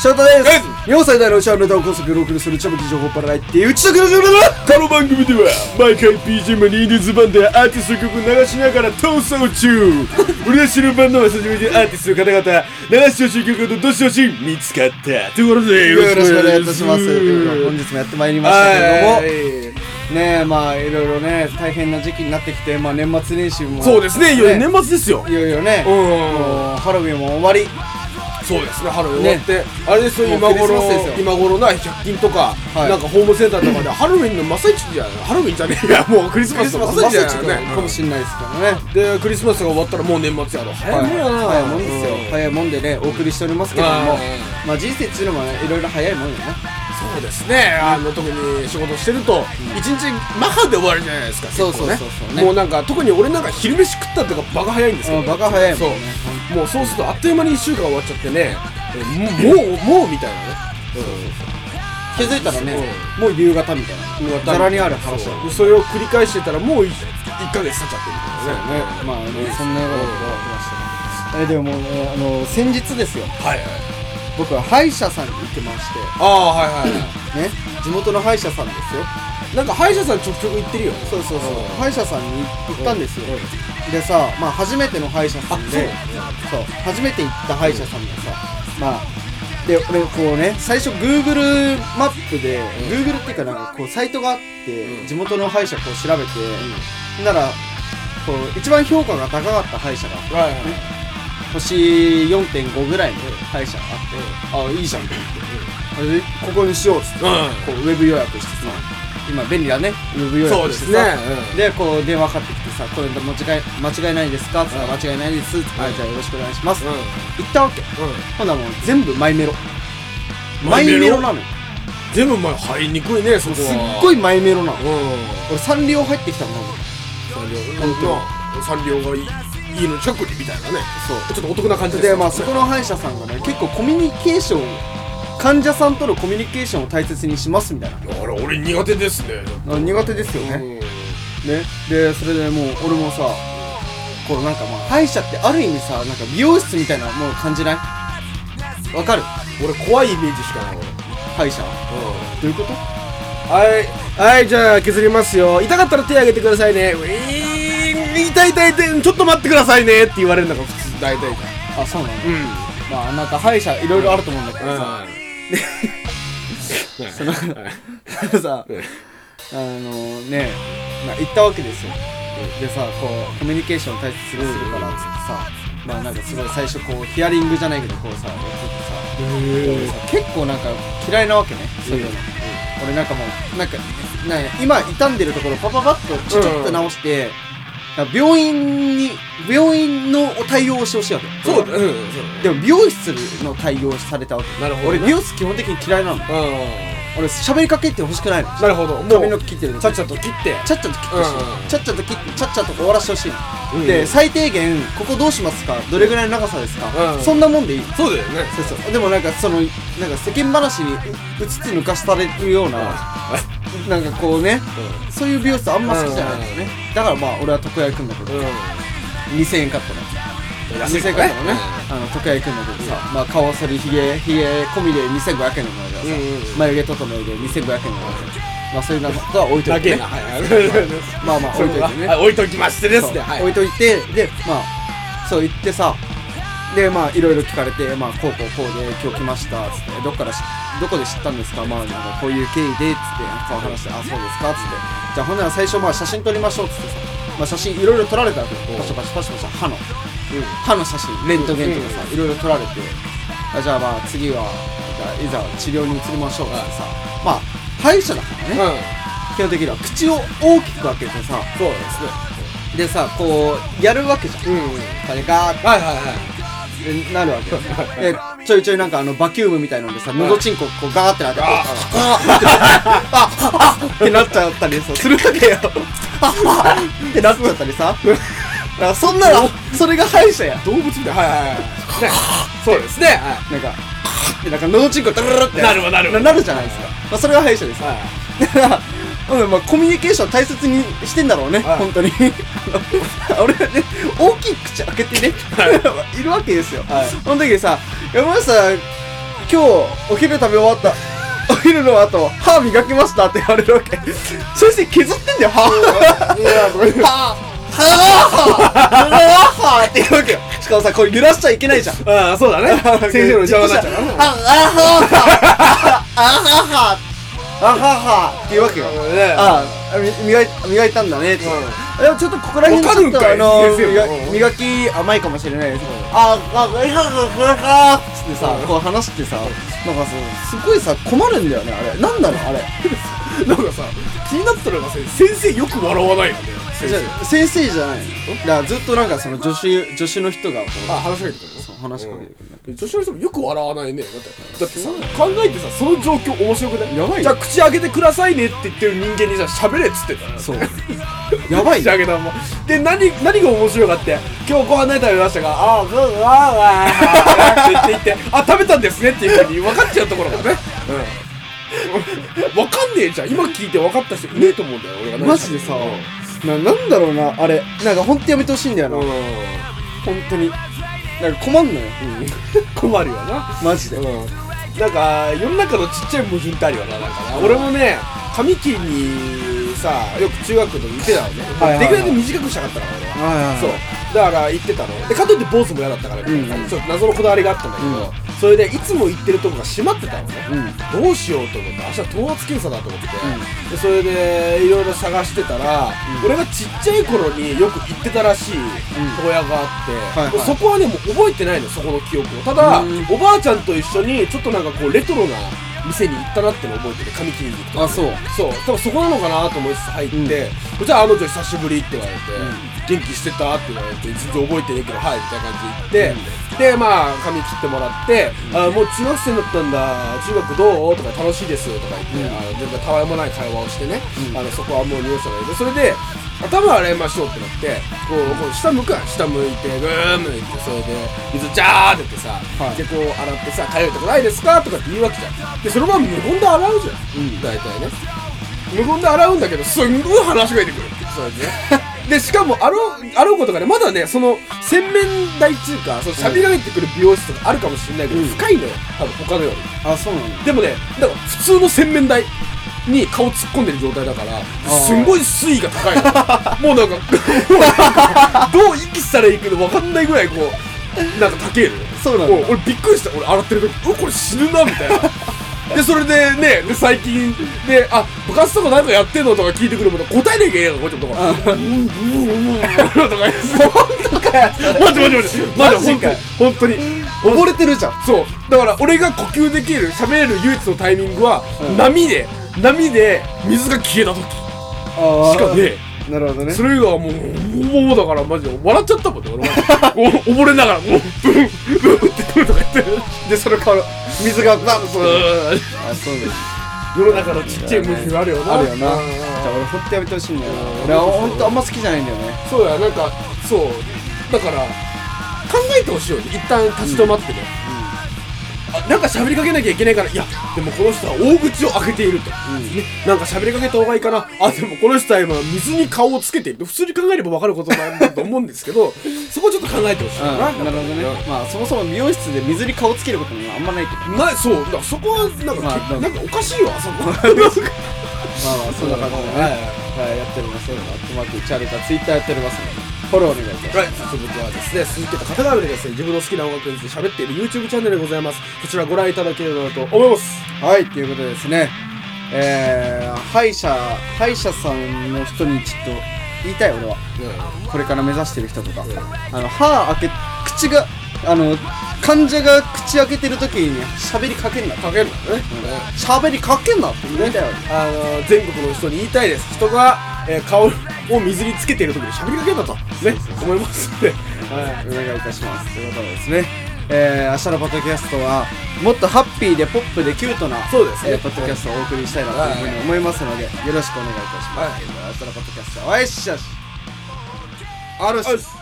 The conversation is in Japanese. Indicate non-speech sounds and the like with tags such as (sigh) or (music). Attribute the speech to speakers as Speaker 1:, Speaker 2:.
Speaker 1: 翔太です日本最大のおしゃれネタを高速ロークルするちょぶき情報パラダイっていうちときの情報だ
Speaker 2: この番組では毎回 BGM にインディーズバンドやアーティストの曲を流しながら闘争中俺の知るバンドを久しぶりにアーティストの方々流してほしい曲をどしどし見つかったということで
Speaker 1: よろしくお願いいたしますということで本日もやってまいりましたけれども、
Speaker 2: はい
Speaker 1: ねえまあいろいろね大変な時期になってきてまあ年末年始も
Speaker 2: そうですねいよいよ年末ですよ
Speaker 1: いよいよね
Speaker 2: うん
Speaker 1: もうハロウィンも終わり
Speaker 2: そうですね、ハロウィン終わって、あれですよ、
Speaker 1: もう
Speaker 2: 今
Speaker 1: クリスマ
Speaker 2: 頃
Speaker 1: スですよ、
Speaker 2: 今頃な、100均とか、
Speaker 1: はい
Speaker 2: なんかホームセンターとかで、ハロウィンの真っ最中じゃないハロウィンじゃねえや、もうクリス
Speaker 1: ク
Speaker 2: マ
Speaker 1: リ
Speaker 2: ス
Speaker 1: ス
Speaker 2: の
Speaker 1: マス
Speaker 2: 真
Speaker 1: 真っ
Speaker 2: っ最
Speaker 1: 最
Speaker 2: 中
Speaker 1: 中
Speaker 2: だよね。
Speaker 1: かもしれないですからね
Speaker 2: で、クリスマスが終わったらもう年末やろ。早いもんやな。
Speaker 1: 早いもんですよ
Speaker 2: うん
Speaker 1: 早いもんでねお送りしておりますけども
Speaker 2: はい
Speaker 1: まあ人生っていうのもねいろいろ早いもんよね
Speaker 2: そうですね、あの、特に仕事してると、一日マハで終わるじゃないですか、
Speaker 1: そう
Speaker 2: 結構ね
Speaker 1: そうそうそうね
Speaker 2: もうなんか、特に俺なんか昼飯食ったとかバカ早いんですよ。
Speaker 1: うんバカ早いもんね
Speaker 2: そう。もうそうすると、あっという間に1週間終わっちゃってね、えもう、もう、もうみたいなね。うん
Speaker 1: 気づいたらねもう夕方みたいな
Speaker 2: のが
Speaker 1: ざらにある話だ
Speaker 2: そ
Speaker 1: よ
Speaker 2: うそれを繰り返してたらもう1ヶ月経っちゃって
Speaker 1: そう
Speaker 2: る
Speaker 1: ね
Speaker 2: みたいなね
Speaker 1: まあねそんなようなことがありましたねえでももうねあの先日ですよ
Speaker 2: はいはい
Speaker 1: 僕は歯医者さんに行ってまして
Speaker 2: ああはいはいは
Speaker 1: ね地元の歯医者さんですよ
Speaker 2: いなんか歯医者さんちょくちょく行ってるよね
Speaker 1: そうそうそう
Speaker 2: うん
Speaker 1: 歯医者さんに行ったんですよでさまあ初めての歯医者さんでそう初めて行った歯医者さんがさまあで俺こうね最初 Google マップで Google っていうかなんかこうサイトがあって地元の歯医者こう調べてならこう一番評価が高かった歯医者が
Speaker 2: はいはい
Speaker 1: 星4.5ぐらいの歯医者があってあいいじゃんって言ってあれここにしようっつってこうウェブ予約してさ今便利だねウェブ予
Speaker 2: うんそう
Speaker 1: 約
Speaker 2: で
Speaker 1: し
Speaker 2: す
Speaker 1: て
Speaker 2: ね
Speaker 1: さでこう電話かかってきてさ「これ間違い間違いないですか?」っつったら「間違いないです」っつって「はいじゃあよろしくお願いします」
Speaker 2: うんうん
Speaker 1: 行ったわけほんならもう全部マイメロマ
Speaker 2: マイ
Speaker 1: イ
Speaker 2: メロ
Speaker 1: メロなのよ
Speaker 2: 全部前入りにくいねそこ
Speaker 1: すっ
Speaker 2: は
Speaker 1: ごいマイメロなの
Speaker 2: うん
Speaker 1: 俺サンリオ入ってきたもんなんか
Speaker 2: サ
Speaker 1: 本当
Speaker 2: ンリオなサンリオがいい家の近くにみたいなね
Speaker 1: そう
Speaker 2: ちょっとお得な感じ
Speaker 1: で
Speaker 2: よ
Speaker 1: まあそこの歯医者さんがね結構コミュニケーション患者さんとのコミュニケーションを大切にしますみたいな
Speaker 2: あら俺苦手ですね
Speaker 1: あ苦手ですよ
Speaker 2: う
Speaker 1: ね、ね
Speaker 2: ん
Speaker 1: でそれでもう俺もさこうなんかまあ歯医者ってある意味さなんか美容室みたいなもう感じないわかる
Speaker 2: 俺怖いイメージしかない俺
Speaker 1: 歯医者
Speaker 2: うん
Speaker 1: どういうこと
Speaker 2: はい、はい、じゃあ削りますよ。痛かったら手挙げてくださいね。ウィーン痛い痛い痛い、ちょっと待ってくださいねって言われるのが普通、大体が。
Speaker 1: あそうなの、
Speaker 2: うん。
Speaker 1: まあなんか歯医者いろいろあると思うんだけどさ、
Speaker 2: その、はい
Speaker 1: さ
Speaker 2: うん
Speaker 1: あのねまあ行ったわけですよでさこうコミュニケーション大切にするからっつってさまあなんかすごい最初こうヒアリングじゃないけどこうさやっててさ俺さ結構なんか嫌いなわけねそういうの、俺なんかもうなんかなんや今傷んでるところパパパッとちょちょっと直して、だから病院に病院の対応をしてほしいわけ
Speaker 2: そうだ、うん、そう
Speaker 1: でも美容室の対応をされたわけ
Speaker 2: なるほど
Speaker 1: 俺
Speaker 2: ね
Speaker 1: 美容室基本的に嫌いなの
Speaker 2: だ。うん。
Speaker 1: 俺喋りかけてほしくないの
Speaker 2: なるほど。も
Speaker 1: 髪の
Speaker 2: う
Speaker 1: 毛、切ってるの
Speaker 2: ちゃっちゃと切って。
Speaker 1: ちゃっちゃと切ってほしい、
Speaker 2: うん
Speaker 1: ちゃっちゃと切ってちゃっちゃと終わらせてほしいの、
Speaker 2: うん
Speaker 1: で最低限ここどうしますかどれぐらいの長さですか、
Speaker 2: うん
Speaker 1: そんなもんでいい
Speaker 2: そうだよね。
Speaker 1: そうそうでもなんかそのなんか世間話にううつつ抜かされるようななんかこうねそういう美容室あんま好きじゃないんだよねだからまあ俺は床屋行くんだけど
Speaker 2: うん。
Speaker 1: 2000円カットの
Speaker 2: うん。
Speaker 1: 2000円カットのねあの床屋行くんだけどさまあ顔剃りひげひげ込みで2500円のものだからさ
Speaker 2: うんうんうん
Speaker 1: 眉毛整えで2500円のものだからまあそういうのとは置いと
Speaker 2: だ
Speaker 1: いて
Speaker 2: け
Speaker 1: ね
Speaker 2: な、はい。
Speaker 1: まあまあ置いといてね
Speaker 2: あ置いときましてで
Speaker 1: そ
Speaker 2: す
Speaker 1: う
Speaker 2: ね。はい
Speaker 1: 置い。といてでまあそう行ってさでまあいろいろ聞かれて「まあ、こうこうこうで今日来ました」っつって「どっからしどこで知ったんですか?」まあなんかこういう経緯でっつってそう話して「あそうですか」っつって「じゃあほんなら最初まあ写真撮りましょう」っつってさ、まあ、写真いろいろ撮られたわけよパシャパシャパシャパシャ歯の、歯の写真レントゲンとかさいろいろ撮られてあじゃあまあ次はじゃあいざ治療に移りましょうっつってさまあ歯医者だから
Speaker 2: うん。
Speaker 1: ね基本的には口を大きく開けてさ
Speaker 2: そうですね。
Speaker 1: でさこうやるわけじゃん
Speaker 2: うん。
Speaker 1: これかーっ
Speaker 2: はいはいはい。
Speaker 1: てなるわけよでちょいちょいなんかあのバキュームみたいのでさのどちんここうガーってなってああああってなっちゃったりさするわけよああってなっちゃったりさだからそんなのそれが歯医者や
Speaker 2: 動物みたいな。はいはいはい。ねそうですね。は
Speaker 1: な
Speaker 2: い。
Speaker 1: んかってなんかのどちんこダララって
Speaker 2: なるわなるわ
Speaker 1: なるじゃないですかまあそれが歯医者です
Speaker 2: はい。
Speaker 1: だから、うんまあ、コミュニケーション大切にしてんだろうね、
Speaker 2: はい
Speaker 1: 本当に。あの俺はね、大きい口開けてね、い、るわけですよ。
Speaker 2: はい
Speaker 1: その時にさ、山下さん、今日お昼食べ終わったお昼の後歯磨きましたって言われるわけそして削ってんだよ歯歯歯歯歯って言うわけよしかもさこれ揺らしちゃいけないじゃん
Speaker 2: ああ、そうだね。先生の邪魔になっちゃうからね。
Speaker 1: あはははあはははっていうわけよあみ磨い磨いたんだねって、でもちょっとここら辺ちょっとあの磨き甘いかもしれないですああははははってさこう話してさなんかさすごいさ困るんだよねあれなんなのあれ
Speaker 2: なんかさ、気になってたのがさ、先生よく笑わないよね。先
Speaker 1: じゃ
Speaker 2: 生。
Speaker 1: あ先生じゃないのだからずっとなんかその助手助手の人がこう
Speaker 2: あ、話しかけてくれる
Speaker 1: そう話しかけてくる
Speaker 2: 女子の人もよく笑わないねだってだってさ考えてさその状況面白くない
Speaker 1: やばいよ
Speaker 2: じゃあ口開けてくださいねって言ってる人間にじゃあ喋れっつってんだよ
Speaker 1: そうやばい
Speaker 2: 口
Speaker 1: よ
Speaker 2: 開けたままで何何が面白いかって今日ご飯何食べましたかああうんうんああって言って言ってあ食べたんですねっていうふうに分かっちゃうところがねうん分かんねえじゃん今聞いて分かった人いねえと思うんだよ俺が
Speaker 1: マジでさななんだろうなあれなんか本当やめてほしいんだよな、
Speaker 2: うん
Speaker 1: 本当になんか困んのよ、
Speaker 2: 困るよな
Speaker 1: マジで、
Speaker 2: うん、なんか世の中のちっちゃい矛盾ってあるよななんかな俺もね髪切りにさよく中学の時行ってたのね、
Speaker 1: はいはいはい
Speaker 2: できるだけ短くしたかったから俺は、
Speaker 1: はい
Speaker 2: そうだから行ってたのでかといって坊主も嫌だったから、
Speaker 1: ん
Speaker 2: ちょっと謎のこだわりがあったんだけど、それでいつも行ってるとこが閉まってたのね、どうしようと思って明日頭圧検査だと思ってて、でそれでいろいろ探してたら、俺がちっちゃい頃によく行ってたらしい床屋があって、
Speaker 1: はいはい
Speaker 2: そこはねもう覚えてないのそこの記憶をただ、
Speaker 1: うん
Speaker 2: おばあちゃんと一緒にちょっとなんかこうレトロな店に行ったなってのを覚えてる髪切りに行くと
Speaker 1: あそう
Speaker 2: そう多分そこなのかなと思いつつ入って、じゃああの女久しぶりって言われて、元気してたって言われて全然覚えてねえけどはいみたいな感じで行って、でまあ髪切ってもらって、あもう中学生だったんだ中学どうとか楽しいですとか言って、あの全然たわいもない会話をしてね、あのそこはもう入所がいるそれで頭洗いましょうってなってこうこう下向くやん下向いてグー向いてそれで水ジャーってやってさ、
Speaker 1: い
Speaker 2: でこう洗ってさ「かゆいとこないですか?」とかって言うわけじゃんでそのまま無言で洗うじゃん、大体ね無言で洗うんだけどすんごい話が出てくるそうですねでしかも洗う洗うことがねまだねその洗面台っていうかそのしゃびられてくる美容室とかあるかもしれないけど、深いのよ多分他のより
Speaker 1: あそうなんだ
Speaker 2: でもねだから普通の洗面台に顔突っ込んでる状態だから
Speaker 1: ー
Speaker 2: すんごい水位が高
Speaker 1: (laughs)
Speaker 2: いのもうなんかもうなんか (laughs) どう息したらいいか分かんないぐらいこうなんか高えのよ
Speaker 1: そうなんだ
Speaker 2: も俺びっくりした俺洗ってる時うわこれ死ぬなみた
Speaker 1: (laughs)
Speaker 2: いなでそれでねで最近で「あ部活とか何かやってんの?」とか聞いてくるもん答えなきゃいけないからこう (laughs) いうとこから「うんうんうんうん」とか言って
Speaker 1: 本当かよ
Speaker 2: (laughs) 待って待って待って待
Speaker 1: マジか
Speaker 2: って本当に本当に
Speaker 1: 溺れてるじゃん
Speaker 2: そうだから俺が呼吸できる喋れる唯一のタイミングは、波で波で水が消えた時し
Speaker 1: あ
Speaker 2: かね
Speaker 1: なるほどね
Speaker 2: それ以外はもうもうもうだからマジで笑っちゃったもんね俺はお溺れながらもうブンブンってくるとか言って
Speaker 1: でそれから水がバンとあそうなんだ
Speaker 2: 世の中のちっちゃい無理があるよな
Speaker 1: あるよなじゃ
Speaker 2: うん
Speaker 1: あ俺ほんとやめてほしいんだよな
Speaker 2: うん
Speaker 1: 俺はほんとあんま好きじゃないんだよね
Speaker 2: そうやなんかそうだから考えてほしいよね一旦立ち止まってね、あなんか喋りかけなきゃいけないからいやでもこの人は大口を開けていると、ね、なんか喋りかけた方がいいかなあでもこの人は今水に顔をつけている普通に考えれば分かることなんだと思うんですけ (laughs) どそこちょっと考えてほしい
Speaker 1: うん
Speaker 2: な、
Speaker 1: なるほどねまあそもそも美容室で水に顔つけることもあんまないけど
Speaker 2: まあそうだからそこはなんか,、
Speaker 1: まあなんか
Speaker 2: なんかおかしいわそこなんか
Speaker 1: まあまあそんな感じでね
Speaker 2: はい
Speaker 1: はいやっておりますそういうのアットマークチャレタツイッターやっておりますのでフォローお願いします
Speaker 2: (laughs) はい、それではですね、続けた方々でですね、自分の好きな音楽について喋っている YouTube チャンネルでございます。こちらご覧いただければと思います。
Speaker 1: はい、ということでですね、えー、歯医者、歯医者さんの人にちょっと言いたい俺は、これから目指してる人とか、あの、歯開け、口が、あの、患者が口開けてる時に喋りかけんな。
Speaker 2: かけるのね。
Speaker 1: 喋りかけんなって言いたいわ
Speaker 2: あの全国の人に言いたいです。人が、えー顔を水につけている時に喋りかけたと、ね、思いますんで。は
Speaker 1: お願いいたします。ということでですね、えー、明日のポッドキャストは、もっとハッピーでポップでキュートな、
Speaker 2: そうですね
Speaker 1: えーポッドキャストをお送りしたいなというふうに思いますので、よろしくお願いいたします。
Speaker 2: はい
Speaker 1: ということで明日のポッドキャストは、おいっしゃし。ある
Speaker 2: い。
Speaker 1: し。